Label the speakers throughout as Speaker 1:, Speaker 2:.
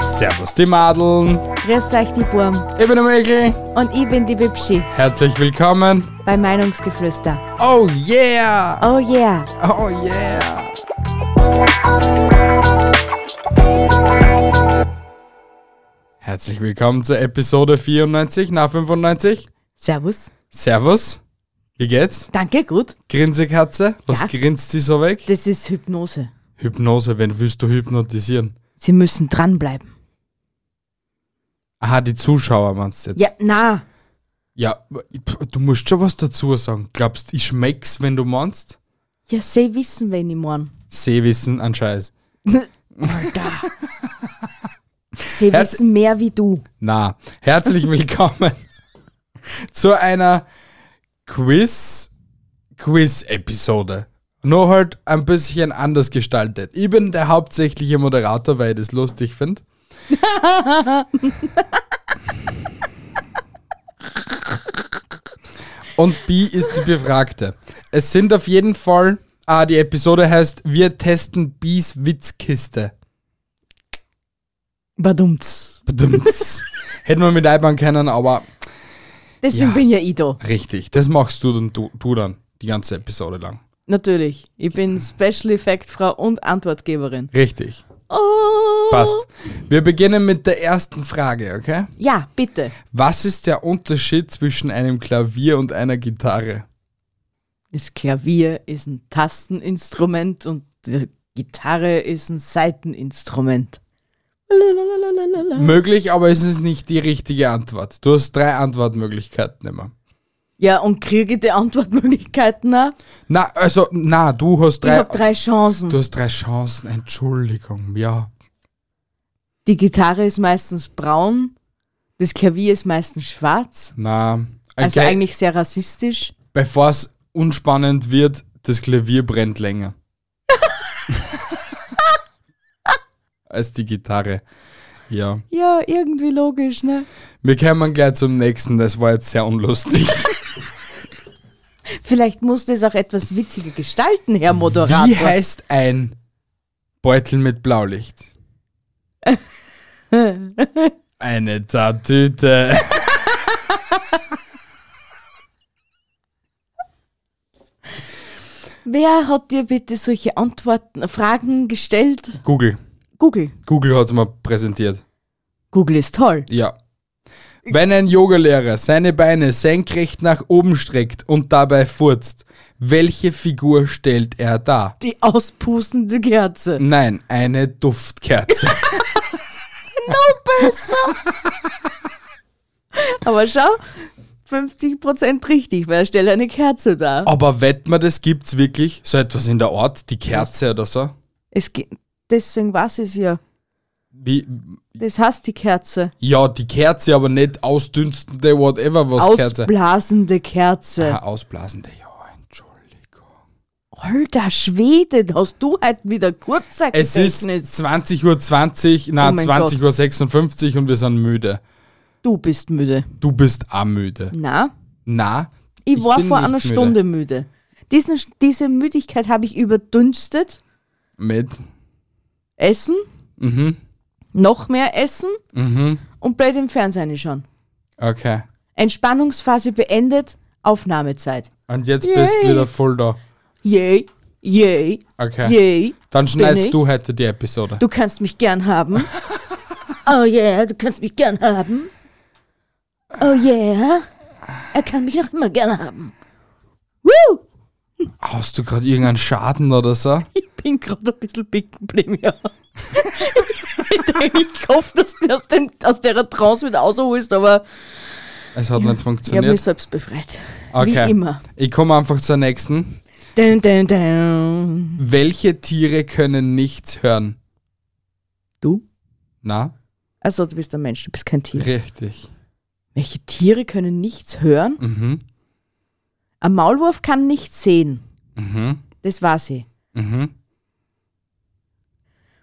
Speaker 1: Servus die Madeln,
Speaker 2: Grüß euch die Burm
Speaker 1: ich bin der Michael.
Speaker 2: und ich bin die Bibschi
Speaker 1: Herzlich willkommen.
Speaker 2: bei Meinungsgeflüster.
Speaker 1: Oh yeah,
Speaker 2: Oh yeah,
Speaker 1: oh yeah. Herzlich willkommen zur Episode 94 nach 95.
Speaker 2: servus.
Speaker 1: Servus, wie geht's?
Speaker 2: Danke, gut.
Speaker 1: Grinsekatze, was
Speaker 2: Ja.
Speaker 1: grinst sie so weg?
Speaker 2: Das ist Hypnose.
Speaker 1: Hypnose, wenn willst du hypnotisieren?
Speaker 2: Sie müssen dranbleiben.
Speaker 1: Aha, die Zuschauer meinst du jetzt?
Speaker 2: Ja, na,
Speaker 1: Ja, pf, du musst schon was dazu sagen. Glaubst ich schmeck's, wenn du meinst?
Speaker 2: ja, sie wissen, wenn ich morgen.
Speaker 1: Sehwissen an Scheiß.
Speaker 2: Alter. sie
Speaker 1: Herz-
Speaker 2: wissen mehr wie du.
Speaker 1: Na, herzlich willkommen zu einer Quiz Quiz Episode. Nur halt ein bisschen anders gestaltet. Ich bin der hauptsächliche Moderator, weil ich das lustig finde. Und B ist die Befragte. Es sind auf jeden Fall, ah, die Episode heißt Wir testen Bs Witzkiste.
Speaker 2: Badumts.
Speaker 1: Bedumts. Hätten wir mit einbauen können, aber
Speaker 2: Deswegen
Speaker 1: Ja.
Speaker 2: bin ja ich da.
Speaker 1: Richtig, das machst du dann, du, du dann die ganze Episode lang.
Speaker 2: Natürlich. Ich bin Special Effect Frau und Antwortgeberin.
Speaker 1: Richtig,
Speaker 2: Oh.
Speaker 1: passt. Wir beginnen mit der ersten Frage, okay?
Speaker 2: Ja, bitte.
Speaker 1: Was ist der Unterschied zwischen einem Klavier und einer Gitarre?
Speaker 2: Das Klavier ist ein Tasteninstrument und die Gitarre ist ein Saiteninstrument. Lalalala.
Speaker 1: Möglich, aber es ist nicht die richtige Antwort. Du hast drei Antwortmöglichkeiten immer.
Speaker 2: Ja, und kriege ich die Antwortmöglichkeiten auch?
Speaker 1: Na, also, na, du hast
Speaker 2: Ich
Speaker 1: drei.
Speaker 2: habe drei Chancen.
Speaker 1: Du hast drei Chancen, Entschuldigung, ja.
Speaker 2: Die Gitarre ist meistens braun, das Klavier ist meistens schwarz.
Speaker 1: Na,
Speaker 2: Also
Speaker 1: okay,
Speaker 2: eigentlich sehr rassistisch.
Speaker 1: bevor es unspannend wird, das Klavier brennt länger. Als die Gitarre. Ja.
Speaker 2: Ja, irgendwie logisch, ne?
Speaker 1: Wir kommen gleich zum nächsten, das war jetzt sehr unlustig.
Speaker 2: Vielleicht musst du es auch etwas witziger gestalten, Herr Moderator.
Speaker 1: Wie heißt ein Beutel mit Blaulicht? Eine Tatüte.
Speaker 2: Wer hat dir bitte solche Antworten, Fragen gestellt?
Speaker 1: Google.
Speaker 2: Google.
Speaker 1: Google hat es mal präsentiert.
Speaker 2: Google ist toll.
Speaker 1: Ja. Wenn ein Yogalehrer seine Beine senkrecht nach oben streckt und dabei furzt, welche Figur stellt er dar?
Speaker 2: Die auspustende Kerze.
Speaker 1: Nein, eine Duftkerze.
Speaker 2: Aber schau, 50% richtig, weil er stellt eine Kerze dar.
Speaker 1: Aber wett man, das gibt's wirklich? So etwas in der Art, die Kerze oder so?
Speaker 2: Es ge- Deswegen war es ja.
Speaker 1: Wie,
Speaker 2: Das heißt die Kerze.
Speaker 1: ja, die Kerze, aber nicht ausdünstende, whatever, was Kerze.
Speaker 2: Ausblasende Kerze.
Speaker 1: Ah, ausblasende, ja, Entschuldigung.
Speaker 2: Alter Schwede, da hast du halt wieder Kurzzeit
Speaker 1: Es ist 20.20 Uhr, 20,
Speaker 2: Oh
Speaker 1: nein,
Speaker 2: mein
Speaker 1: 20.56 Uhr 56 und wir sind müde.
Speaker 2: Du bist müde.
Speaker 1: Du bist auch müde.
Speaker 2: Na,
Speaker 1: Na,
Speaker 2: ich,
Speaker 1: Ich
Speaker 2: war
Speaker 1: bin
Speaker 2: vor
Speaker 1: nicht
Speaker 2: einer
Speaker 1: müde.
Speaker 2: Stunde müde. Diesen, diese Müdigkeit habe ich überdünstet.
Speaker 1: mit.
Speaker 2: Essen,
Speaker 1: Mhm.
Speaker 2: noch mehr Essen und blöd im Fernsehen schon.
Speaker 1: Okay.
Speaker 2: Entspannungsphase beendet, Aufnahmezeit.
Speaker 1: Und jetzt bist du
Speaker 2: Yay.
Speaker 1: wieder voll da.
Speaker 2: Yay, yay,
Speaker 1: Okay.
Speaker 2: yay.
Speaker 1: Dann
Speaker 2: ich?
Speaker 1: schneidest du heute die Episode.
Speaker 2: Du kannst mich gern haben. Oh yeah, du kannst mich gern haben. Oh yeah, er kann mich noch immer gern haben. Woo!
Speaker 1: Hast du gerade irgendeinen Schaden oder so?
Speaker 2: Ich bin gerade ein bisschen big geblieben, ja. ich denk, ich hoffe, dass du mich aus, dem, aus der Trance wieder rausholst, aber
Speaker 1: Es hat nicht
Speaker 2: ich habe mich
Speaker 1: funktioniert.
Speaker 2: selbst befreit.
Speaker 1: Okay.
Speaker 2: Wie immer.
Speaker 1: Ich komme einfach zur nächsten.
Speaker 2: Dun, dun, dun.
Speaker 1: Welche Tiere können nichts hören?
Speaker 2: Du?
Speaker 1: Na?
Speaker 2: Also du bist ein Mensch, du bist kein Tier.
Speaker 1: Richtig.
Speaker 2: Welche Tiere können nichts hören?
Speaker 1: Mhm.
Speaker 2: Ein Maulwurf kann nichts sehen.
Speaker 1: Mhm.
Speaker 2: Das war sie.
Speaker 1: Mhm.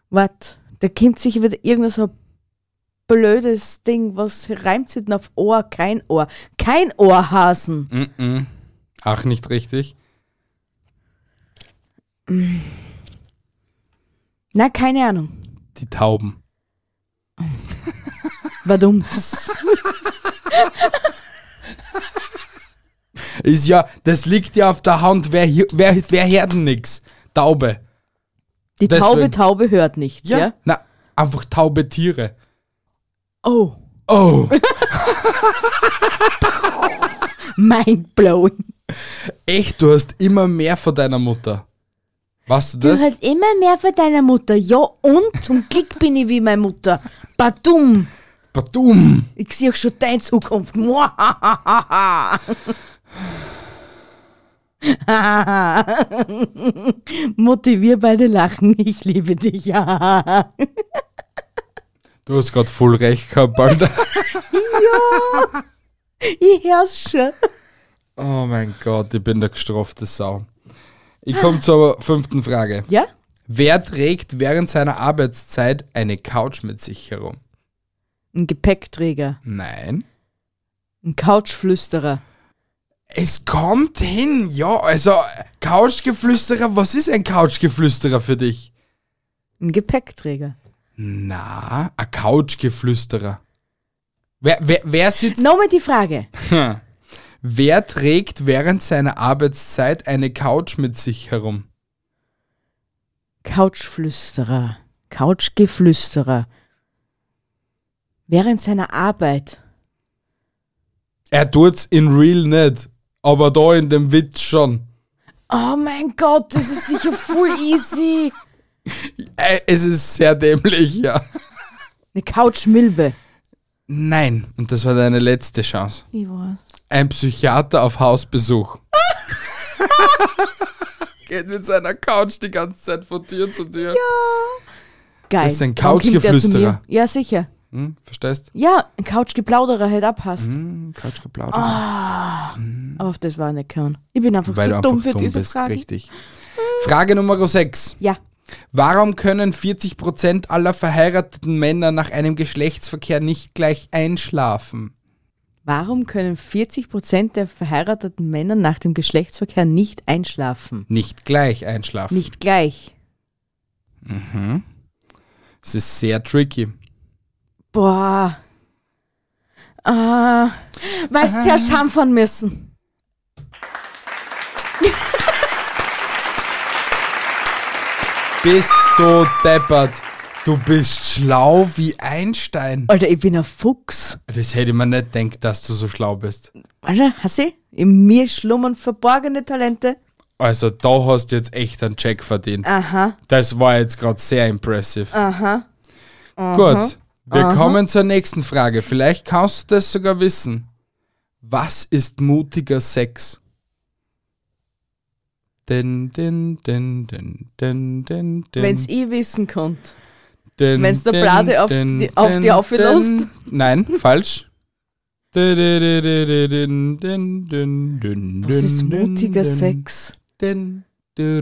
Speaker 2: Wart, da kommt sicher wieder irgendein so blödes Ding, was reimt sich denn auf Ohr? Kein Ohr. Kein Ohrhasen.
Speaker 1: Mhm. Ach, nicht richtig.
Speaker 2: Na, keine Ahnung.
Speaker 1: Die Tauben.
Speaker 2: Warum?
Speaker 1: Ist ja, das liegt ja auf der Hand. Wer, hier- wer, wer hört denn nix? Taube.
Speaker 2: Die Taube,
Speaker 1: Deswegen.
Speaker 2: Taube hört nichts, ja?
Speaker 1: Na, einfach taube Tiere.
Speaker 2: Oh,
Speaker 1: Oh,
Speaker 2: mindblowing.
Speaker 1: echt, du hast immer mehr von deiner Mutter. Weißt du
Speaker 2: Du halt
Speaker 1: das?
Speaker 2: hast immer mehr von deiner Mutter. Ja, und zum Glück bin ich wie meine Mutter. Badum.
Speaker 1: Badum.
Speaker 2: Ich sehe schon deine Zukunft. Muahahaha. Mutti, wir beide lachen. Ich liebe dich. Ja.
Speaker 1: Du hast gerade voll recht gehabt, Alter.
Speaker 2: Ich hör's schon.
Speaker 1: Oh mein Gott, ich bin der gestrafte Sau. Ich komme zur fünften Frage.
Speaker 2: Ja?
Speaker 1: Wer trägt während seiner Arbeitszeit eine Couch mit sich herum?
Speaker 2: Ein Gepäckträger.
Speaker 1: Nein.
Speaker 2: Ein Couchflüsterer.
Speaker 1: Es kommt hin, ja. Also, Couchgeflüsterer, was ist ein Couchgeflüsterer für dich?
Speaker 2: Ein Gepäckträger.
Speaker 1: Na, ein Couchgeflüsterer. Wer, wer, wer sitzt.
Speaker 2: Nochmal die Frage.
Speaker 1: Wer trägt während seiner Arbeitszeit eine Couch mit sich herum?
Speaker 2: Couchflüsterer. Couchgeflüsterer. Während seiner Arbeit.
Speaker 1: Er tut's in real nicht, aber da in dem Witz schon.
Speaker 2: Oh mein Gott, das ist sicher voll easy.
Speaker 1: Äh, Es ist sehr dämlich, ja.
Speaker 2: Eine Couchmilbe.
Speaker 1: Nein, und das war deine letzte Chance.
Speaker 2: Ich weiß.
Speaker 1: Ein Psychiater auf Hausbesuch. Geht mit seiner Couch die ganze Zeit von Tür zu Tür.
Speaker 2: Geil.
Speaker 1: Das ist ein
Speaker 2: Dann klingt der zu mir.
Speaker 1: Couchgeflüsterer.
Speaker 2: Ja, sicher.
Speaker 1: Hm, verstehst?
Speaker 2: Ja, ein Couchgeplauderer hätte abpasst.
Speaker 1: Hm, Couch geplaudert.
Speaker 2: Aber auf das war ich nicht gehören. Ich bin einfach
Speaker 1: weil
Speaker 2: Ah, zu
Speaker 1: du
Speaker 2: dumm
Speaker 1: einfach
Speaker 2: für
Speaker 1: dumm
Speaker 2: diese
Speaker 1: bist,
Speaker 2: Frage.
Speaker 1: richtig. Frage Nummer 6.
Speaker 2: Ja.
Speaker 1: Warum können 40% aller verheirateten Männer nach einem Geschlechtsverkehr nicht gleich einschlafen?
Speaker 2: Warum können 40% der verheirateten Männer nach dem Geschlechtsverkehr nicht einschlafen?
Speaker 1: Nicht gleich einschlafen.
Speaker 2: Nicht gleich.
Speaker 1: Es ist sehr tricky.
Speaker 2: Boah. Ah. Weißt du, zuerst haben müssen.
Speaker 1: Bist du deppert. Du bist schlau wie Einstein.
Speaker 2: Alter, ich bin ein Fuchs.
Speaker 1: Das hätte man nicht gedacht, dass du so schlau bist.
Speaker 2: Alter, hast du? In mir schlummern verborgene Talente.
Speaker 1: Also da hast du jetzt echt einen Check verdient.
Speaker 2: Aha.
Speaker 1: Das war jetzt gerade sehr impressive.
Speaker 2: Aha.
Speaker 1: Gut, wir kommen zur nächsten Frage. Vielleicht kannst du das sogar wissen. Was ist mutiger Sex? Din, din, din, din, din, din, din,
Speaker 2: Wenn's ich wissen könnt.
Speaker 1: din,
Speaker 2: wenn's der
Speaker 1: din,
Speaker 2: Blade auf
Speaker 1: din,
Speaker 2: die- auf
Speaker 1: din,
Speaker 2: die aufgelöst?
Speaker 1: din. Nein, falsch. Di, di, di, di, di, din, din, din, din,
Speaker 2: Das
Speaker 1: din,
Speaker 2: ist
Speaker 1: din,
Speaker 2: mutiger
Speaker 1: din,
Speaker 2: Sex.
Speaker 1: din, din,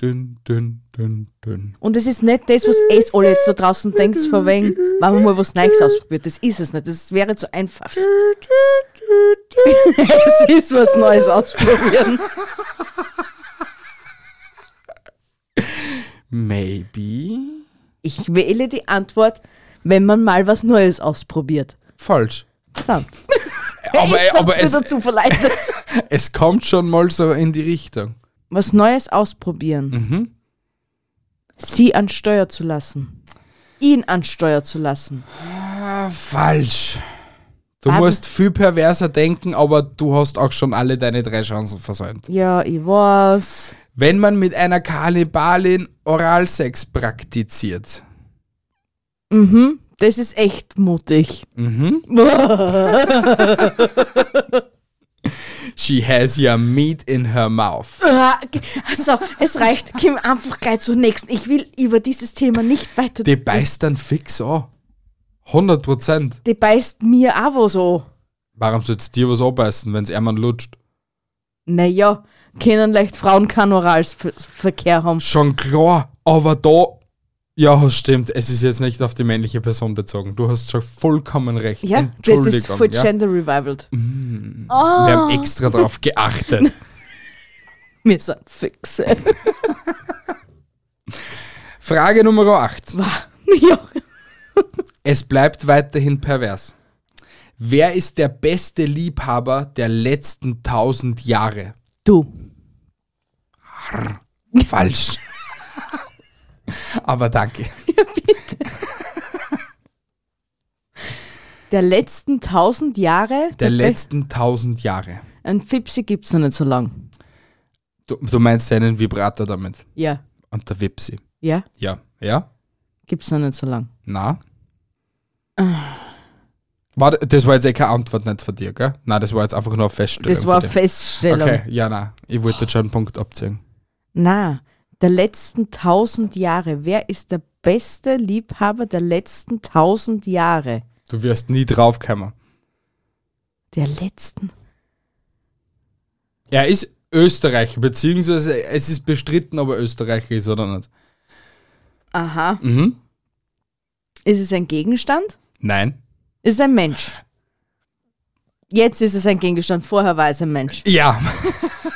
Speaker 1: din, din, din, din.
Speaker 2: Und es ist nicht das, was es alle jetzt da draußen denkt, von wegen, wenn man mal was Neues ausprobiert. Das ist es nicht. Das wäre zu einfach. es ist was Neues ausprobieren.
Speaker 1: Maybe.
Speaker 2: Ich wähle die Antwort, wenn man mal was Neues ausprobiert.
Speaker 1: Falsch.
Speaker 2: Verdammt.
Speaker 1: Aber,
Speaker 2: ich hab's
Speaker 1: aber
Speaker 2: mir
Speaker 1: es,
Speaker 2: dazu verleitet.
Speaker 1: Es kommt schon mal so in die Richtung.
Speaker 2: was Neues ausprobieren.
Speaker 1: Mhm.
Speaker 2: Sie an Steuer zu lassen. Ihn an Steuer zu lassen.
Speaker 1: Ah, Falsch. Du
Speaker 2: Aber-
Speaker 1: musst viel perverser denken, aber du hast auch schon alle deine drei Chancen versäumt.
Speaker 2: Ja, ich weiß.
Speaker 1: Wenn man mit einer Kannibalin Oralsex praktiziert.
Speaker 2: Mhm, das ist echt mutig.
Speaker 1: She has your meat in her mouth.
Speaker 2: Also, es reicht. Kim, einfach gleich zum nächsten. Ich will über dieses Thema nicht weiter.
Speaker 1: Die beißt dann fix an. 100 Prozent.
Speaker 2: Die beißt mir auch was an.
Speaker 1: Warum soll es dir was abbeißen, wenn es Ermann lutscht?
Speaker 2: Naja, können leicht Frauen keinen Oralsverkehr haben.
Speaker 1: Schon klar, aber da. Ja, stimmt, es ist jetzt nicht auf die männliche Person bezogen. Du hast schon vollkommen recht.
Speaker 2: Ja, das
Speaker 1: Entschuldigung.
Speaker 2: ist voll
Speaker 1: ja. Mm.
Speaker 2: gender revivaled. Ah.
Speaker 1: Wir haben extra darauf geachtet.
Speaker 2: Wir sind Füchse.
Speaker 1: Frage Nummer 8.
Speaker 2: ja.
Speaker 1: Es bleibt weiterhin pervers. Wer ist der beste Liebhaber der letzten 1000 Jahre?
Speaker 2: Du.
Speaker 1: Falsch. Aber danke.
Speaker 2: Der letzten tausend Jahre.
Speaker 1: Der letzten 1000 Jahre.
Speaker 2: Ein Fipsi gibt's noch nicht so lang.
Speaker 1: Du, du meinst deinen Vibrator damit.
Speaker 2: Ja.
Speaker 1: Und der Wipsi.
Speaker 2: Ja.
Speaker 1: Ja. Ja?
Speaker 2: Gibt's noch nicht so lang.
Speaker 1: Na? Warte, das war jetzt eh keine Antwort nicht von dir, gell? Nein, das war jetzt einfach nur eine Feststellung.
Speaker 2: Das war
Speaker 1: von
Speaker 2: eine
Speaker 1: dir.
Speaker 2: Feststellung.
Speaker 1: Okay, ja, nein. Ich wollte jetzt schon einen Punkt abziehen.
Speaker 2: Na, der letzten tausend Jahre. Wer ist der beste Liebhaber der letzten tausend Jahre?
Speaker 1: Du wirst nie draufkommen.
Speaker 2: Der letzten.
Speaker 1: Er ist Österreicher, beziehungsweise es ist bestritten, ob er Österreicher ist oder nicht.
Speaker 2: Aha.
Speaker 1: Mhm.
Speaker 2: Ist es ein Gegenstand?
Speaker 1: Nein.
Speaker 2: Ist es ein Mensch? Jetzt ist es ein Gegenstand, vorher war es ein Mensch.
Speaker 1: Ja.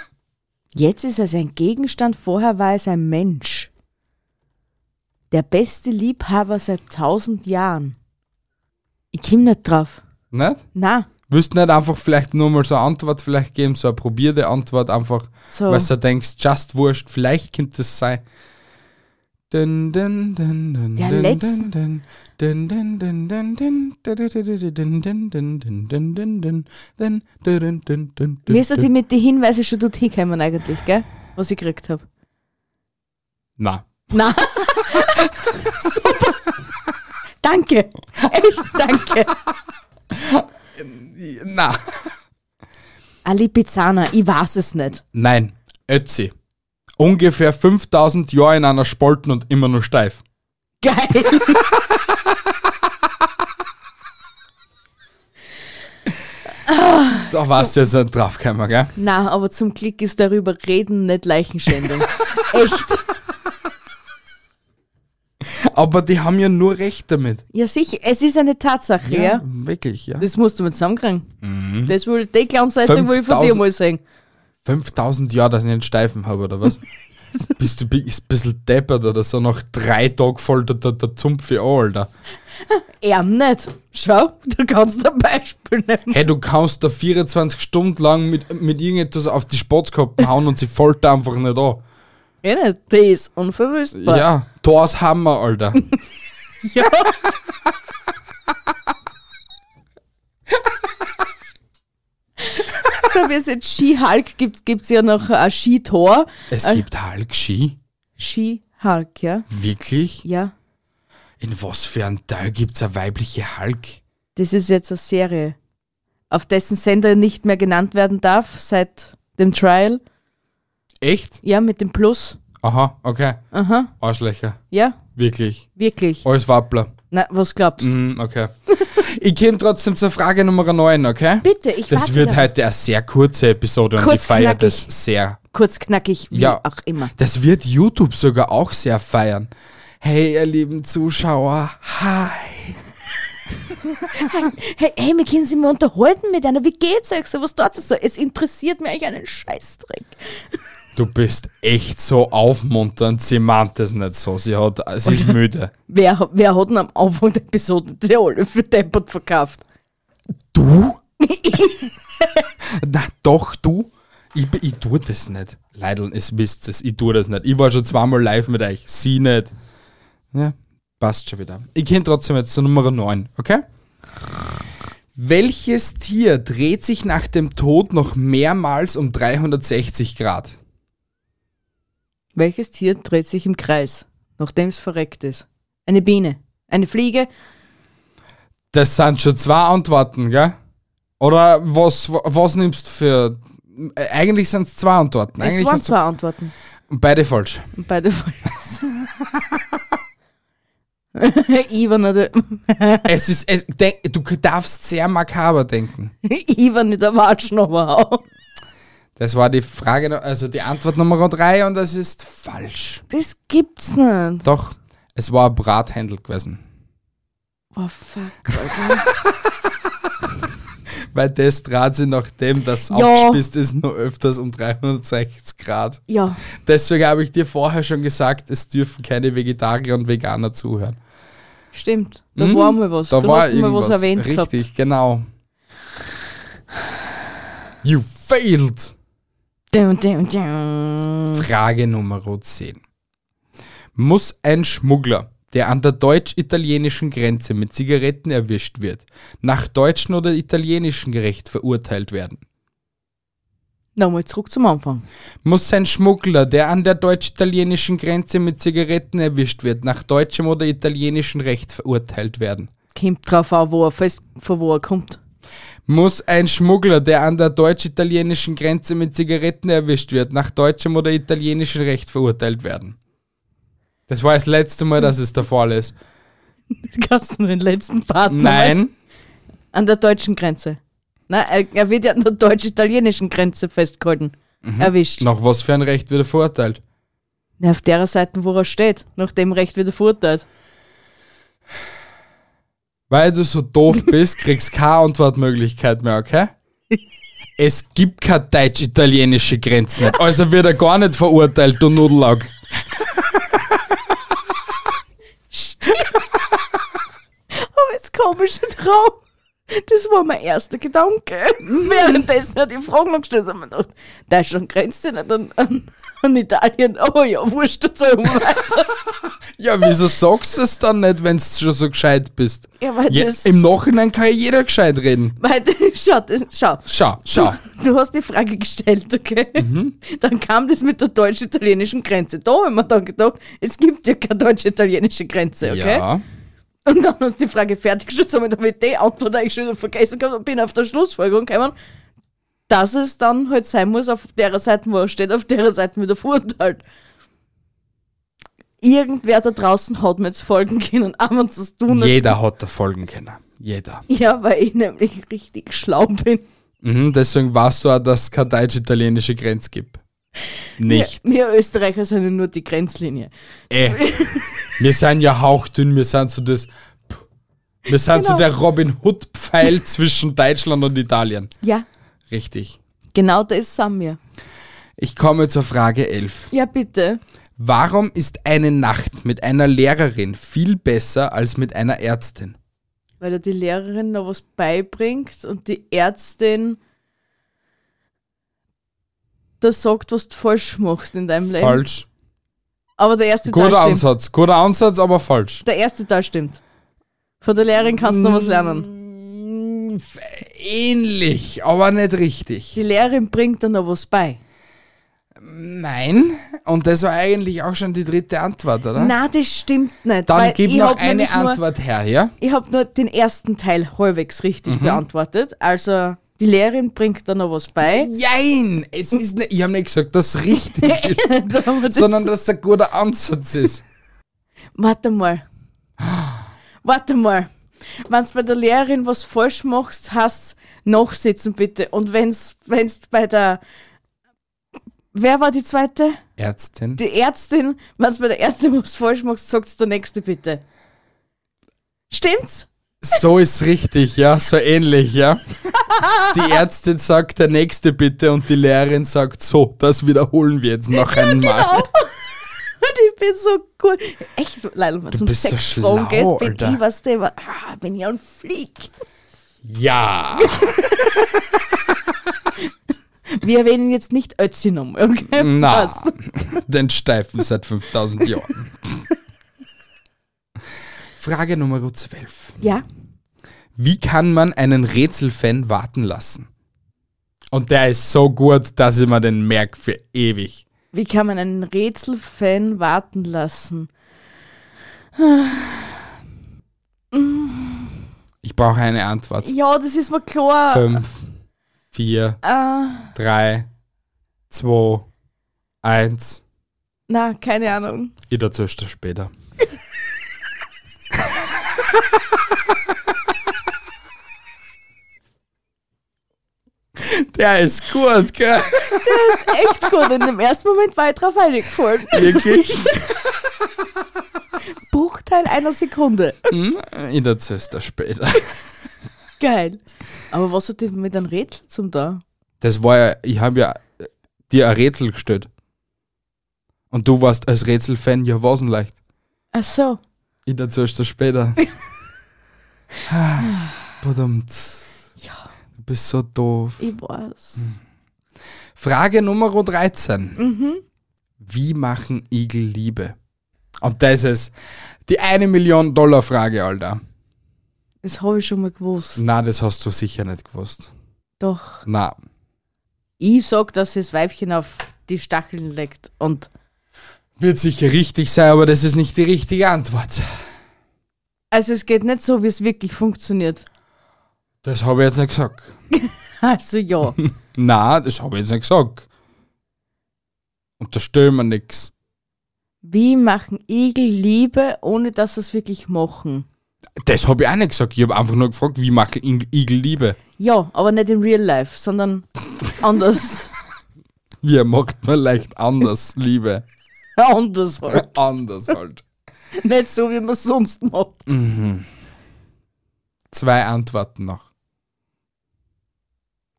Speaker 2: Jetzt ist es ein Gegenstand, vorher war es ein Mensch. Der beste Liebhaber seit tausend Jahren. Ich komm nicht drauf.
Speaker 1: ne?
Speaker 2: Na,
Speaker 1: Willst nicht einfach vielleicht nur mal so eine Antwort vielleicht geben, so eine probierte Antwort einfach,
Speaker 2: So.
Speaker 1: weil du denkst, just wurscht, vielleicht könnte das sein. Dun, dun, dun, dun,
Speaker 2: Der
Speaker 1: dun,
Speaker 2: letzte-
Speaker 1: dun, dun, dun, dun, dun, dun, dun, dun, dun, dun, dun, dun, dun, dun, dun, dun, dun, dun, dun, dun, dun,
Speaker 2: mir ist ja
Speaker 1: dun.
Speaker 2: die mit den Hinweisen schon dort hinkommen eigentlich, gell? Was ich gekriegt habe.
Speaker 1: Na,
Speaker 2: Na. Super. Danke. Echt danke.
Speaker 1: na.
Speaker 2: Ali Pizzana, ich weiß es nicht.
Speaker 1: Nein, Ötzi. Ungefähr 5000 Jahre in einer Spalten und immer nur steif.
Speaker 2: Geil.
Speaker 1: Da warst du jetzt nicht draufgekommen, gell?
Speaker 2: Na, aber zum Glück ist darüber reden nicht Leichenschändung. Echt.
Speaker 1: Aber die haben ja nur recht damit.
Speaker 2: Ja, sicher. Es ist eine Tatsache, ja?
Speaker 1: Wirklich, ja.
Speaker 2: Das musst du mir zusammenkriegen. Das will, die Glanzleistung will ich von dir
Speaker 1: 5000
Speaker 2: mal sehen.
Speaker 1: 5000 Jahre, dass ich einen Steifen habe, oder was? Bist du bi- ist ein bisschen deppert oder so? Nach drei Tagen voll der, der, der Zumpf an, Alter.
Speaker 2: Er nicht. Schau, du kannst ein Beispiel nehmen.
Speaker 1: Hey, du kannst da 24 Stunden lang mit, mit irgendetwas auf die Spatskappen hauen und sie folgt da einfach nicht an.
Speaker 2: Ja, Eh nicht. Die ist unverwüstbar.
Speaker 1: Ja, Thors Hammer, Alter.
Speaker 2: Ja. so wie es jetzt Ski-Hulk gibt, gibt es ja noch ein Skitor.
Speaker 1: Es
Speaker 2: Äh.
Speaker 1: gibt Hulk-Ski?
Speaker 2: Ski-Hulk, ja?
Speaker 1: Wirklich?
Speaker 2: Ja.
Speaker 1: In was für einem Teil gibt's eine weibliche Hulk?
Speaker 2: Das ist jetzt eine Serie, auf dessen Sender nicht mehr genannt werden darf seit dem Trial.
Speaker 1: Echt?
Speaker 2: Ja, mit dem Plus.
Speaker 1: Aha, okay.
Speaker 2: Aha.
Speaker 1: Arschlöcher.
Speaker 2: Ja,
Speaker 1: Wirklich.
Speaker 2: wirklich.
Speaker 1: Alles Wappler.
Speaker 2: Na, was glaubst du?
Speaker 1: Mhm, okay. ich komme trotzdem zur Frage Nummer 9, okay?
Speaker 2: Bitte, ich
Speaker 1: Das
Speaker 2: warte
Speaker 1: wird
Speaker 2: noch.
Speaker 1: heute eine sehr kurze Episode und
Speaker 2: Kurz,
Speaker 1: ich feiere das
Speaker 2: knackig.
Speaker 1: sehr.
Speaker 2: kurz knackig, wie
Speaker 1: Ja.
Speaker 2: auch immer.
Speaker 1: Das wird YouTube sogar auch sehr feiern. Hey, ihr lieben Zuschauer, hi.
Speaker 2: Hey, hey, wir können sie mal unterhalten mit einer. Wie geht's euch so? Was dort so? Es interessiert mir eigentlich einen Scheißdreck.
Speaker 1: Du bist echt so aufmunternd. Sie meint das nicht so. Sie, hat, sie ist müde.
Speaker 2: Wer, wer hat denn am Anfang der Episode die alle für deppert verkauft?
Speaker 1: Du? Na doch, du? Ich, bin- ich tue das nicht. Leideln, es wisst es. Ich tue das nicht. Ich war schon zweimal live mit euch. Sie nicht. Ja, passt schon wieder. Ich kenne trotzdem jetzt zur Nummer 9, okay? Welches Tier dreht sich nach dem Tod noch mehrmals um 360 Grad?
Speaker 2: Welches Tier dreht sich im Kreis, nachdem es verreckt ist? Eine Biene, eine Fliege,
Speaker 1: Das sind schon zwei Antworten, gell? Oder was, was nimmst du für. äh, Eigentlich sind es zwei Antworten.
Speaker 2: es
Speaker 1: Eigentlich
Speaker 2: waren
Speaker 1: hast du-
Speaker 2: zwei Antworten.
Speaker 1: Beide falsch.
Speaker 2: Und beide falsch. Ivan oder
Speaker 1: Es ist, es, denk, du darfst sehr makaber denken.
Speaker 2: Ivan mit der Watschnummer auch.
Speaker 1: Das war die Frage, nu- also die Antwort Nummer drei und das ist falsch.
Speaker 2: Das gibt's nicht.
Speaker 1: Doch, es war ein Brathändel gewesen.
Speaker 2: Oh fuck, Alter.
Speaker 1: Weil das trat sie nachdem das
Speaker 2: Ja.
Speaker 1: aufgespitzt ist, nur öfters um 360 Grad.
Speaker 2: ja.
Speaker 1: Deswegen habe ich dir vorher schon gesagt, es dürfen keine Vegetarier und Veganer zuhören.
Speaker 2: Stimmt, da war mal was.
Speaker 1: Hm? Da
Speaker 2: du
Speaker 1: war
Speaker 2: hast mal
Speaker 1: irgendwas.
Speaker 2: was erwähnt
Speaker 1: Richtig, genau. You failed!
Speaker 2: gehabt. Dun, dun, dun.
Speaker 1: Frage Nummer 10. Muss ein Schmuggler, der an der deutsch-italienischen Grenze mit Zigaretten erwischt wird, nach deutschem oder italienischem Recht verurteilt werden?
Speaker 2: Nochmal zurück zum Anfang.
Speaker 1: Muss ein Schmuggler, der an der deutsch-italienischen Grenze mit Zigaretten erwischt wird, nach deutschem oder italienischem Recht verurteilt werden?
Speaker 2: Kommt drauf an, wo er fest, von wo er kommt.
Speaker 1: Muss ein Schmuggler, der an der deutsch-italienischen Grenze mit Zigaretten erwischt wird, nach deutschem oder italienischem Recht verurteilt werden? Das war das letzte Mal, dass es der Fall ist.
Speaker 2: Kannst du nur den letzten Part noch mal-
Speaker 1: Nein,
Speaker 2: An der deutschen Grenze. Nein, er, er wird ja an der deutsch-italienischen Grenze festgehalten.
Speaker 1: Mhm.
Speaker 2: Erwischt.
Speaker 1: nach was für ein Recht wird er verurteilt?
Speaker 2: Na, auf derer Seite, wo er steht. Nach dem Recht wird er verurteilt.
Speaker 1: Weil du so doof bist, kriegst keine Antwortmöglichkeit mehr, okay? Es gibt keine deutsch-italienische Grenze nicht. Also wird er gar nicht verurteilt, du Nudellack.
Speaker 2: Aber das komische Traum. Das war mein erster Gedanke. Währenddessen hat die Frage noch gestellt und man gedacht, Deutschland grenzt ja nicht an, an, an Italien. Aber ja, wurscht dazu.
Speaker 1: Ja, wieso sagst du es dann nicht, wenn du schon so gescheit bist?
Speaker 2: Ja, weil
Speaker 1: Je-
Speaker 2: das-
Speaker 1: Im Nachhinein kann ja jeder gescheit reden.
Speaker 2: Weil, schau, das- schau.
Speaker 1: Schau, schau.
Speaker 2: Du hast die Frage gestellt, okay? Dann kam das mit der deutsch-italienischen Grenze. Da haben wir dann gedacht, es gibt ja keine deutsch-italienische Grenze, okay?
Speaker 1: Ja.
Speaker 2: Und dann hast du die Frage fertig geschützt, damit habe ich die Antwort eigentlich schon wieder vergessen gehabt und bin auf der Schlussfolgerung gekommen, dass es dann halt sein muss, auf derer Seite, wo er steht, auf derer Seite wieder verurteilt. Irgendwer da draußen hat mir jetzt folgen können, aber wenn das du nicht.
Speaker 1: Jeder hat da folgen können. Jeder.
Speaker 2: Ja, weil ich nämlich richtig schlau bin.
Speaker 1: Mhm, deswegen weißt du auch, dass es keine deutsch-italienische Grenze gibt. Nicht.
Speaker 2: Wir, wir Österreicher sind ja nur die Grenzlinie.
Speaker 1: Äh. Wir sind ja hauchdünn, wir sind so das. Wir sind so
Speaker 2: Genau.
Speaker 1: der Robin Hood-Pfeil zwischen Deutschland und Italien.
Speaker 2: Ja,
Speaker 1: Richtig.
Speaker 2: genau das sind wir.
Speaker 1: Ich komme zur Frage 11.
Speaker 2: Ja, bitte.
Speaker 1: Warum ist eine Nacht mit einer Lehrerin viel besser als mit einer Ärztin?
Speaker 2: weil da die Lehrerin noch was beibringt und die Ärztin das sagt, was du falsch machst in deinem Leben.
Speaker 1: Falsch.
Speaker 2: Aber der erste Teil
Speaker 1: Guter
Speaker 2: stimmt.
Speaker 1: Ansatz, guter Ansatz, aber falsch.
Speaker 2: Der erste Teil stimmt. Von der Lehrerin kannst du noch
Speaker 1: Mm.
Speaker 2: was lernen.
Speaker 1: Ähnlich, aber nicht richtig.
Speaker 2: Die Lehrerin bringt dir noch was bei.
Speaker 1: Nein, und das war eigentlich auch schon die dritte Antwort, oder?
Speaker 2: Na, das stimmt nicht.
Speaker 1: Dann
Speaker 2: weil
Speaker 1: gib
Speaker 2: ich
Speaker 1: noch
Speaker 2: hab
Speaker 1: eine
Speaker 2: nämlich nur-
Speaker 1: Antwort her, ja?
Speaker 2: Ich habe nur den ersten Teil halbwegs
Speaker 1: Mhm.
Speaker 2: richtig beantwortet. Also, die Lehrerin bringt dir noch was bei.
Speaker 1: Jein, es ist nicht, ich habe nicht gesagt, dass es richtig ist,
Speaker 2: Aber das-
Speaker 1: sondern dass es ein guter Ansatz ist.
Speaker 2: Warte mal. Warte mal. Wenn du bei der Lehrerin was falsch machst, hast nachsitzen bitte. Und wenn's, wenn's bei der. Wer war die zweite?
Speaker 1: Ärztin,
Speaker 2: Die Ärztin. Wenn bei der Ärztin was falsch machst, sagst der nächste bitte. Stimmt's?
Speaker 1: so ist richtig, ja, so ähnlich, ja. Die Ärztin sagt, der nächste bitte, und die Lehrerin sagt, so, das wiederholen wir jetzt noch einmal.
Speaker 2: Genau. Und ich bin so cool. Echt, Leila, wenn es um
Speaker 1: bist so
Speaker 2: Sex Frauen
Speaker 1: schlau,
Speaker 2: geht, bin
Speaker 1: Alter.
Speaker 2: ich was der. wa- Ah, bin ich ein Flieg.
Speaker 1: Ja,
Speaker 2: Wir erwähnen jetzt nicht Ötzi nochmal, okay?
Speaker 1: na,
Speaker 2: Passt.
Speaker 1: den Steifen seit 5000 Jahren. Frage Nummer 12.
Speaker 2: Ja.
Speaker 1: Wie kann man einen Rätselfan warten lassen? Und der ist so gut, dass ich mir den merk für ewig.
Speaker 2: Wie kann man einen Rätselfan warten lassen?
Speaker 1: Ich brauche eine Antwort.
Speaker 2: Ja, das ist mir klar.
Speaker 1: Fünf, vier,
Speaker 2: Äh,
Speaker 1: drei, zwei, eins.
Speaker 2: na, keine Ahnung.
Speaker 1: Ich erzähl's dir später. Der ist gut, gell?
Speaker 2: Echt gut. In dem ersten Moment war ich drauf eingefallen.
Speaker 1: Wirklich?
Speaker 2: Bruchteil einer Sekunde.
Speaker 1: In der Zester später.
Speaker 2: Geil. Aber was hat das mit einem Rätsel zum da?
Speaker 1: Das war ja, ich habe ja äh, dir ein Rätsel gestellt. Und du warst als Rätselfan ja was denn leicht.
Speaker 2: Ach so.
Speaker 1: In der Zester später. Ah, Badumts.
Speaker 2: Ja.
Speaker 1: Du bist so doof.
Speaker 2: Ich weiß.
Speaker 1: Frage Nummer 13. Wie machen Igel Liebe? Und das ist die eine Million Dollar Frage, Alter.
Speaker 2: Das habe ich schon mal gewusst.
Speaker 1: Na, das hast du sicher nicht gewusst.
Speaker 2: Doch.
Speaker 1: Na,
Speaker 2: Ich sag, dass das Weibchen auf die Stacheln legt und.
Speaker 1: wird sicher richtig sein, aber das ist nicht die richtige Antwort.
Speaker 2: Also es geht nicht so, wie es wirklich funktioniert.
Speaker 1: Das habe ich jetzt nicht gesagt.
Speaker 2: Also ja.
Speaker 1: Na, das habe ich jetzt nicht gesagt. Unterstell mir nix.
Speaker 2: Wie machen Igel Liebe, ohne dass sie es wirklich machen?
Speaker 1: Das habe ich auch nicht gesagt. Ich habe einfach nur gefragt, wie machen Ing- Igel Liebe?
Speaker 2: Ja, aber nicht in real life, sondern anders.
Speaker 1: Wie macht man leicht anders Liebe?
Speaker 2: anders halt.
Speaker 1: anders halt.
Speaker 2: Nicht so, wie man es sonst macht.
Speaker 1: Zwei Antworten noch.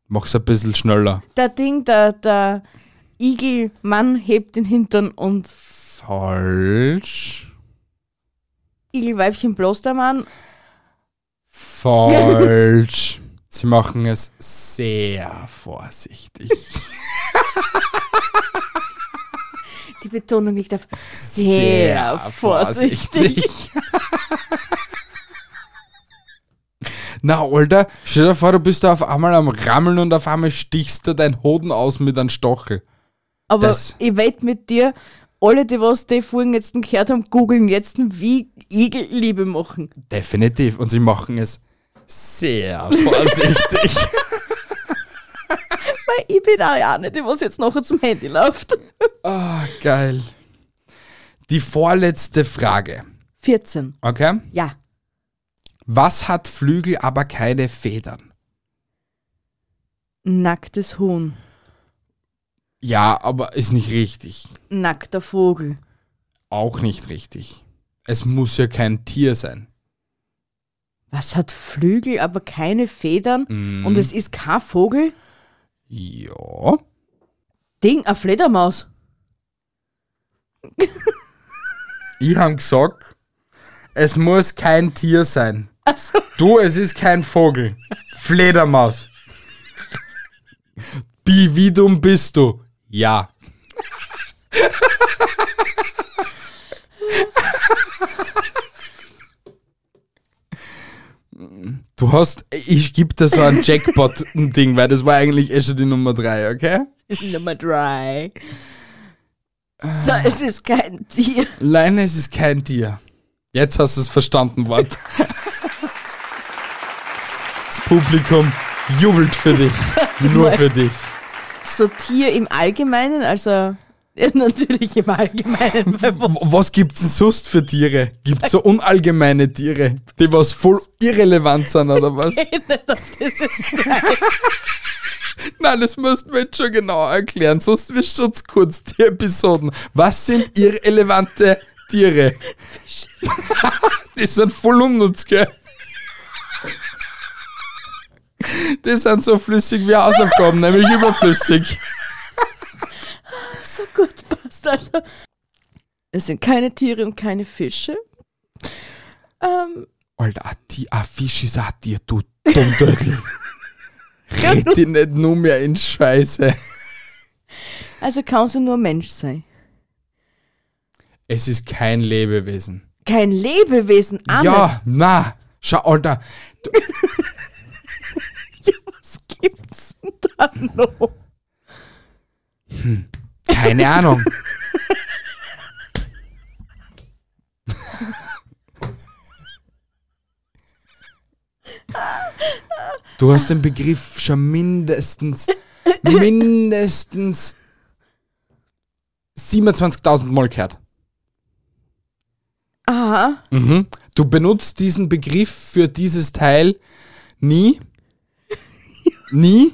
Speaker 1: Mach's ein bisschen schneller.
Speaker 2: Der Ding, der, der Igelmann hebt den Hintern und
Speaker 1: Falsch.
Speaker 2: Igelweibchen bloß der Mann.
Speaker 1: Falsch. Sie machen es sehr vorsichtig.
Speaker 2: Die Betonung liegt auf sehr, vorsichtig.
Speaker 1: Na, Alter, stell dir vor, du bist da auf einmal am Rammeln und auf einmal stichst du deinen Hoden aus mit einem Stachel.
Speaker 2: Aber
Speaker 1: Das-
Speaker 2: ich wette mit dir, alle, die was die Folgen jetzt gehört haben, googeln jetzt, wie Igel Liebe machen.
Speaker 1: Definitiv. Und sie machen es sehr vorsichtig.
Speaker 2: Weil ich bin auch ja nicht, die was jetzt nachher zum Handy läuft.
Speaker 1: Ah, geil. Die vorletzte Frage.
Speaker 2: 14.
Speaker 1: Okay?
Speaker 2: Ja.
Speaker 1: Was hat Flügel, aber keine Federn?
Speaker 2: Nacktes Huhn.
Speaker 1: Ja, aber ist nicht richtig.
Speaker 2: Nackter Vogel.
Speaker 1: Auch nicht richtig. Es muss ja kein Tier sein.
Speaker 2: Was hat Flügel, aber keine Federn? Und es ist kein Vogel?
Speaker 1: Ja.
Speaker 2: Ding, eine Fledermaus.
Speaker 1: Ich habe gesagt, es muss kein Tier sein.
Speaker 2: Also,
Speaker 1: Du, es ist kein Vogel. Fledermaus. Bi, wie dumm bist du? Ja. Du hast, ich gebe dir so ein Jackpot-Ding, weil das war eigentlich eh schon die Nummer 3, okay?
Speaker 2: Nummer 3. So, es ist kein Tier.
Speaker 1: Leine, es ist kein Tier. Jetzt hast du es verstanden, Wort. Das Publikum jubelt für dich. Nur für dich.
Speaker 2: So Tier im Allgemeinen, also ja, natürlich im Allgemeinen. weil wo-
Speaker 1: W- Was gibt's denn sonst für Tiere? Gibt's so unallgemeine Tiere, die was voll irrelevant sind, oder was?
Speaker 2: eh das ist jetzt kein-
Speaker 1: Nein, das müssten wir jetzt schon genau erklären, sonst wirst du uns kurz die Episoden. Was sind irrelevante Tiere? die sind voll unnütz, gell? Die sind so flüssig wie Hausaufgaben, nämlich überflüssig.
Speaker 2: so gut passt. Also. Es sind keine Tiere und keine Fische. Ähm,
Speaker 1: Alter, ein Ti- ein Fisch ist ein Tier, du Dummdödel. Red dich nicht nur mehr in Scheiße.
Speaker 2: also kann sie nur Mensch sein.
Speaker 1: Es ist kein Lebewesen.
Speaker 2: Kein Lebewesen, auch nicht.
Speaker 1: Ja, na, schau, Alter,
Speaker 2: Was gibt's denn da noch?
Speaker 1: Keine Ahnung. Du hast den Begriff schon mindestens, mindestens 27.000 Mal gehört.
Speaker 2: Aha,
Speaker 1: Mhm. Du benutzt diesen Begriff für dieses Teil nie. Nie.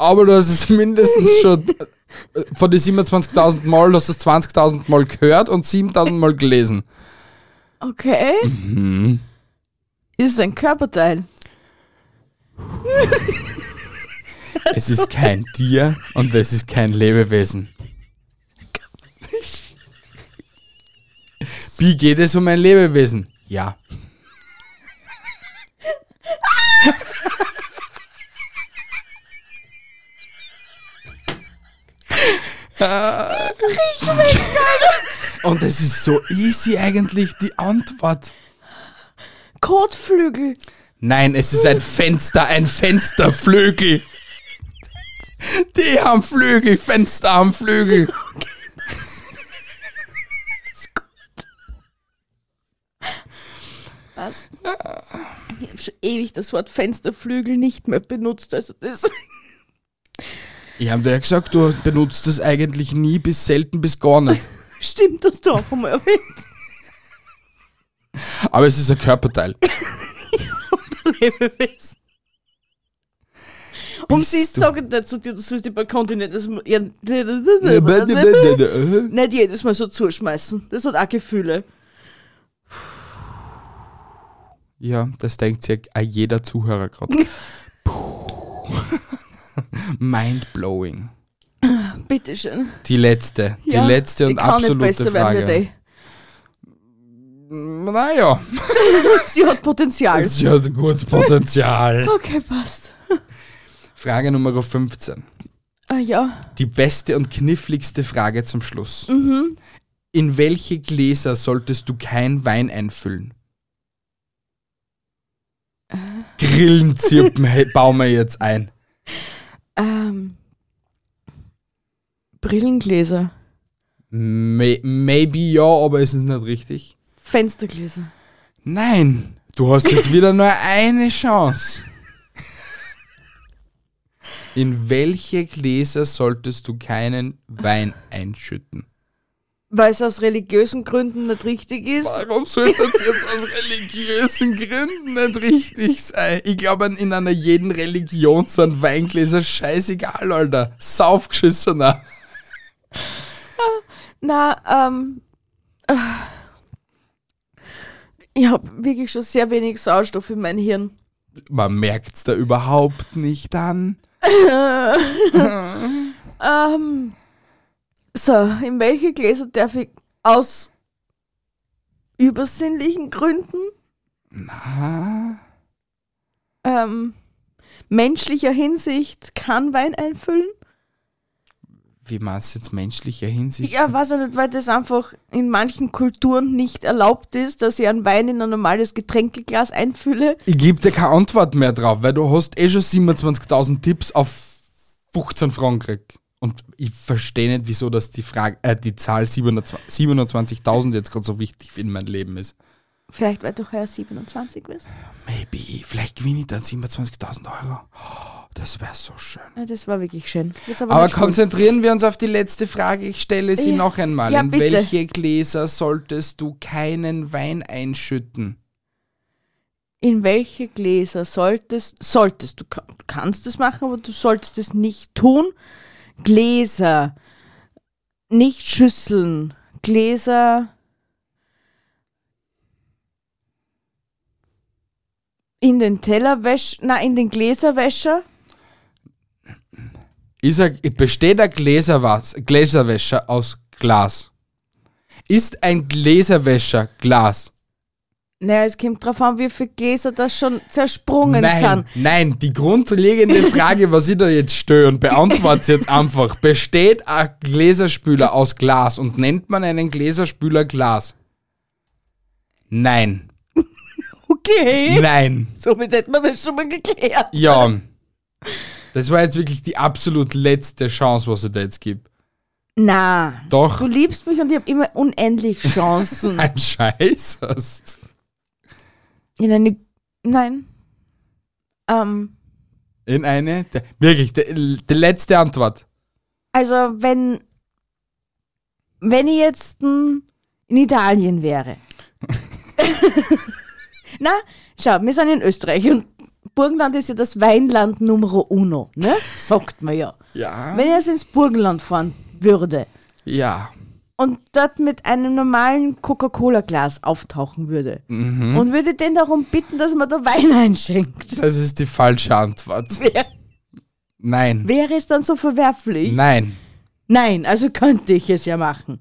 Speaker 1: aber du hast es mindestens schon äh, von den 27.000 Mal, du hast es 20.000 Mal gehört und 7.000 Mal gelesen.
Speaker 2: Okay.
Speaker 1: Mhm.
Speaker 2: Ist es ein Körperteil?
Speaker 1: Es ist kein Tier und es ist kein Lebewesen. Wie geht es um ein Lebewesen? Ja. Und es ist so easy eigentlich die Antwort.
Speaker 2: Kotflügel.
Speaker 1: Nein, es ist ein Fenster, ein Fensterflügel. Die haben Flügel, Fenster haben Flügel.
Speaker 2: Was? Ich habe schon ewig das Wort Fensterflügel nicht mehr benutzt. Also das
Speaker 1: Ich habe dir ja gesagt, du benutzt es eigentlich nie, bis selten, bis gar nicht.
Speaker 2: stimmt, dass du auch einmal erwähnt
Speaker 1: Aber es ist ein Körperteil.
Speaker 2: Lebewesen. Und
Speaker 1: Bist
Speaker 2: sie
Speaker 1: du-
Speaker 2: sagen nicht zu dir, du sollst die Balkone nicht jedes Mal, ja, nicht jedes Mal so zuschmeißen. Das hat auch Gefühle.
Speaker 1: Ja, das denkt sich auch jeder Zuhörer gerade. Mindblowing.
Speaker 2: Bitteschön.
Speaker 1: Die letzte, die
Speaker 2: Ja,
Speaker 1: letzte und
Speaker 2: ich kann
Speaker 1: absolute
Speaker 2: nicht besser
Speaker 1: Frage.
Speaker 2: Werden,
Speaker 1: naja,
Speaker 2: wie die. Sie hat Potenzial.
Speaker 1: sie hat gutes Potenzial.
Speaker 2: Okay, passt.
Speaker 1: Frage Nummer 15.
Speaker 2: Ah ja.
Speaker 1: Die beste und kniffligste Frage zum Schluss.
Speaker 2: Mhm.
Speaker 1: In welche Gläser solltest du kein Wein einfüllen? Grillen zirpen he- bauen wir jetzt ein.
Speaker 2: Ähm, Brillengläser.
Speaker 1: May, maybe ja, aber es ist nicht richtig.
Speaker 2: Fenstergläser.
Speaker 1: Nein, du hast jetzt wieder nur eine Chance. In welche Gläser solltest du keinen Wein einschütten?
Speaker 2: Weil es aus religiösen Gründen nicht richtig ist.
Speaker 1: Warum sollte das jetzt aus religiösen Gründen nicht richtig sein? Ich glaube, in einer jeden Religion sind Weingläser scheißegal, Alter. Saufgeschissener.
Speaker 2: Na, ähm. äh, Ich habe wirklich schon sehr wenig Sauerstoff in meinem Hirn.
Speaker 1: Man merkt's da überhaupt nicht an.
Speaker 2: Ähm. So, in welche Gläser darf ich aus übersinnlichen Gründen? Na. Ähm, menschlicher Hinsicht kann Wein einfüllen?
Speaker 1: Wie meinst du jetzt menschlicher Hinsicht?
Speaker 2: Ja, weiß ich nicht, weil das einfach in manchen Kulturen nicht erlaubt ist, dass ich einen Wein in ein normales Getränkeglas einfülle.
Speaker 1: Ich gebe dir keine Antwort mehr drauf, weil du hast eh schon 27.000 Tipps auf 15 Fragen gekriegt. Und ich verstehe nicht, wieso das die, Frage, äh, die Zahl 27.000 jetzt gerade so wichtig in meinem Leben ist.
Speaker 2: Vielleicht, weil du heuer 27 bist.
Speaker 1: Maybe, vielleicht gewinne ich dann 27.000 Euro. Oh, Das wäre so schön.
Speaker 2: Ja, Das war wirklich schön. Jetzt
Speaker 1: Aber
Speaker 2: nicht schwul.
Speaker 1: konzentrieren wir uns auf die letzte Frage. Ich stelle sie
Speaker 2: Ja.
Speaker 1: noch einmal.
Speaker 2: Ja,
Speaker 1: in
Speaker 2: bitte.
Speaker 1: welche Gläser solltest du keinen Wein einschütten?
Speaker 2: In welche Gläser solltest, solltest, du ka- du kannst es machen, aber du solltest es nicht tun. Gläser, nicht Schüsseln, Gläser. In den Tellerwäscher, na, in den Gläserwäscher.
Speaker 1: Ist ein, besteht ein Gläserwas, Gläserwäscher aus Glas? Ist ein Gläserwäscher Glas?
Speaker 2: Naja, es kommt drauf an, wie viele Gläser das schon zersprungen
Speaker 1: Nein,
Speaker 2: sind.
Speaker 1: nein, die grundlegende Frage, was ich da jetzt störe und beantworte es jetzt einfach. Besteht ein Gläserspüler aus Glas und nennt man einen Gläserspüler Glas? Nein,
Speaker 2: Okay.
Speaker 1: nein,
Speaker 2: Somit hätten wir das schon mal geklärt.
Speaker 1: ja. Das war jetzt wirklich die absolut letzte Chance, was ich da jetzt gebe.
Speaker 2: Na,
Speaker 1: Doch,
Speaker 2: du liebst mich und ich habe immer unendlich Chancen.
Speaker 1: ein Scheiß hast.
Speaker 2: In eine. Nein. Ähm,
Speaker 1: In eine, der- wirklich, der- die letzte Antwort.
Speaker 2: also, wenn. Wenn ich jetzt hm, in Italien wäre. Na, schau, wir sind in Österreich und Burgenland ist ja das Weinland Numero Uno, ne? Sagt man ja.
Speaker 1: Ja.
Speaker 2: Wenn ich jetzt ins Burgenland fahren würde
Speaker 1: Ja.
Speaker 2: und dort mit einem normalen Coca-Cola-Glas auftauchen würde
Speaker 1: Mhm.
Speaker 2: und würde den darum bitten, dass man da Wein einschenkt,
Speaker 1: Das ist die falsche Antwort.
Speaker 2: wär,
Speaker 1: Nein.
Speaker 2: wäre es dann so verwerflich?
Speaker 1: Nein.
Speaker 2: Nein, also könnte ich es ja machen.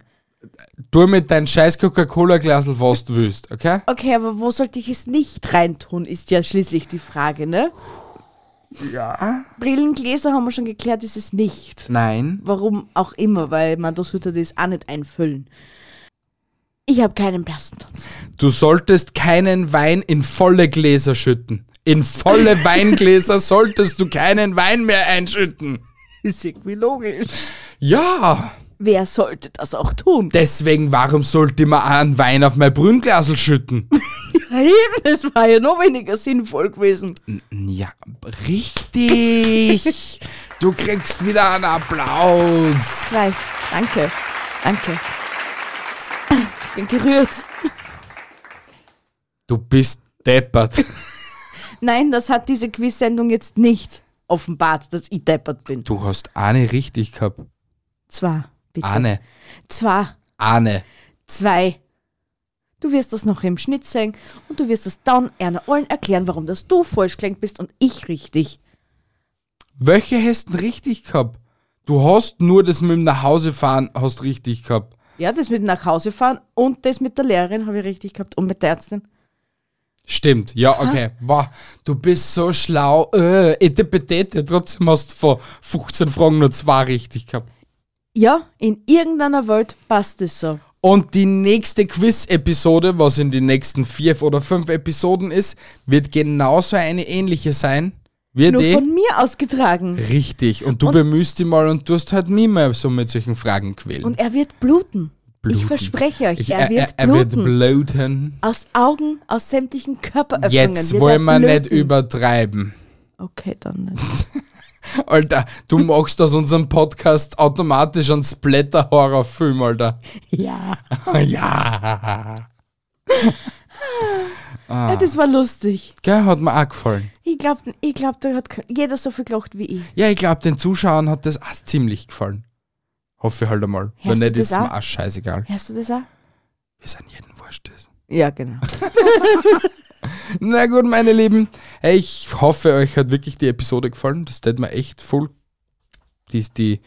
Speaker 1: Tu mit deinem scheiß Coca-Cola-Glasel, was du willst, okay?
Speaker 2: Okay, aber wo sollte ich es nicht reintun, ist ja schließlich die Frage, ne?
Speaker 1: Ja.
Speaker 2: Brillengläser haben wir schon geklärt, ist es nicht.
Speaker 1: Nein.
Speaker 2: Warum auch immer, weil man das würde das auch nicht einfüllen. Ich habe keinen Blastentunst.
Speaker 1: Du solltest keinen Wein in volle Gläser schütten. In volle Weingläser solltest du keinen Wein mehr einschütten.
Speaker 2: Ist irgendwie logisch.
Speaker 1: Ja,
Speaker 2: Wer sollte das auch tun?
Speaker 1: deswegen, warum sollte man auch einen Wein auf mein Brünnglasel schütten?
Speaker 2: Eben, das war ja noch weniger sinnvoll gewesen.
Speaker 1: Ja, richtig. Du kriegst wieder einen Applaus.
Speaker 2: Ich weiß. Danke. Danke. Ich bin gerührt.
Speaker 1: Du bist deppert.
Speaker 2: Nein, das hat diese Quiz-Sendung jetzt nicht offenbart, dass ich deppert bin.
Speaker 1: Du hast eine richtig gehabt.
Speaker 2: Zwar, bitte.
Speaker 1: Ahne.
Speaker 2: Zwar.
Speaker 1: Ahne.
Speaker 2: Zwei. Du wirst das noch im Schnitt sehen und du wirst es dann einer allen erklären, warum das du falsch klingt bist und ich richtig.
Speaker 1: Welche hast du richtig gehabt? Du hast nur das mit dem Nachhausefahren hast richtig gehabt.
Speaker 2: Ja, das mit nach Hause fahren und das mit der Lehrerin habe ich richtig gehabt und mit der Ärztin.
Speaker 1: Stimmt, ja, okay. Wow, du bist so schlau. Äh, etepetete, trotzdem hast du vor 15 Fragen nur zwei richtig gehabt.
Speaker 2: Ja, in irgendeiner Welt passt es so.
Speaker 1: Und die nächste Quiz-Episode, was in den nächsten vier oder fünf Episoden ist, wird genauso eine ähnliche sein. Wird
Speaker 2: Nur
Speaker 1: eh
Speaker 2: von mir ausgetragen.
Speaker 1: richtig. Und du bemühst dich mal und tust halt nie mehr so mit solchen Fragen quälen.
Speaker 2: Und er wird bluten. Ich
Speaker 1: Bluten.
Speaker 2: verspreche euch,
Speaker 1: Ich-
Speaker 2: er, wird
Speaker 1: er, wird
Speaker 2: bluten.
Speaker 1: bluten.
Speaker 2: aus Augen, aus sämtlichen Körperöffnungen.
Speaker 1: Jetzt
Speaker 2: wird
Speaker 1: wollen
Speaker 2: er
Speaker 1: wir nicht
Speaker 2: bluten.
Speaker 1: übertreiben.
Speaker 2: Okay, dann nicht.
Speaker 1: Alter, du machst aus unserem Podcast automatisch einen Splatter-Horrorfilm, Alter.
Speaker 2: ja.
Speaker 1: ja. Ah.
Speaker 2: ja, das war lustig.
Speaker 1: Gell, hat mir auch gefallen.
Speaker 2: Ich glaube, ich glaub, da hat jeder so viel gelacht wie ich.
Speaker 1: Ja, ich glaube, den Zuschauern hat das auch ziemlich gefallen. Hoffe ich halt einmal. Wenn
Speaker 2: du
Speaker 1: nicht,
Speaker 2: das
Speaker 1: ist mir
Speaker 2: auch?
Speaker 1: auch scheißegal.
Speaker 2: Hörst du das auch?
Speaker 1: Wir sind jeden wurscht. das.
Speaker 2: Ja, genau.
Speaker 1: Na gut, meine Lieben. Hey, ich hoffe, euch hat wirklich die Episode gefallen. Das tät mir echt voll. Die ist die.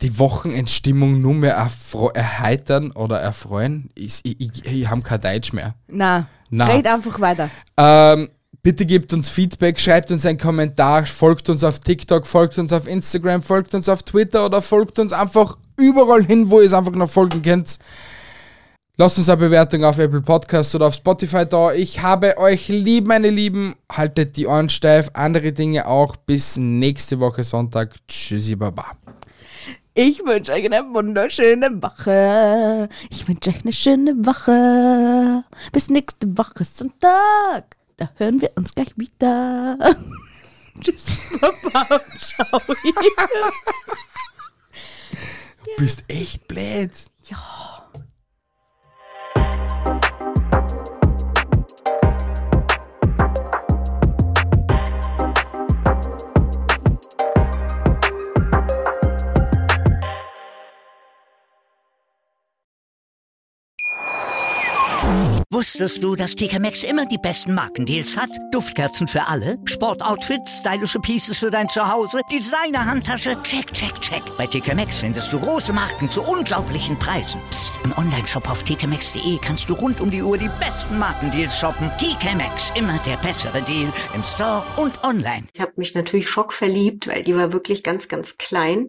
Speaker 1: Die Wochenendstimmung nur mehr erfre- erheitern oder erfreuen. Ich, ich, ich, ich habe kein Deutsch mehr.
Speaker 2: Na,
Speaker 1: Na.
Speaker 2: red einfach weiter.
Speaker 1: Ähm, bitte gebt uns Feedback, schreibt uns einen Kommentar, folgt uns auf TikTok, folgt uns auf Instagram, folgt uns auf Twitter oder folgt uns einfach überall hin, wo ihr es einfach noch folgen könnt. Lasst uns eine Bewertung auf Apple Podcasts oder auf Spotify da. Ich habe euch lieb, meine Lieben. Haltet die Ohren steif, andere Dinge auch. Bis nächste Woche Sonntag. Tschüssi, Baba.
Speaker 2: Ich wünsche euch eine wunderschöne Woche. Ich wünsche euch eine schöne Woche. Bis nächste Woche Sonntag. Da hören wir uns gleich wieder. Tschüss, Papa. Ciao.
Speaker 1: Du bist echt blöd.
Speaker 3: Wusstest du, dass TK Maxx immer die besten Markendeals hat? Duftkerzen für alle, Sportoutfits, stylische Pieces für dein Zuhause, Designer-Handtasche, check, check, check. Bei TK Maxx findest du große Marken zu unglaublichen Preisen. Psst. im Onlineshop auf tkmaxx.de kannst du rund um die Uhr die besten Markendeals shoppen. TK Maxx, immer der bessere Deal im Store und online.
Speaker 4: Ich habe mich natürlich schockverliebt, weil die war wirklich ganz, ganz klein.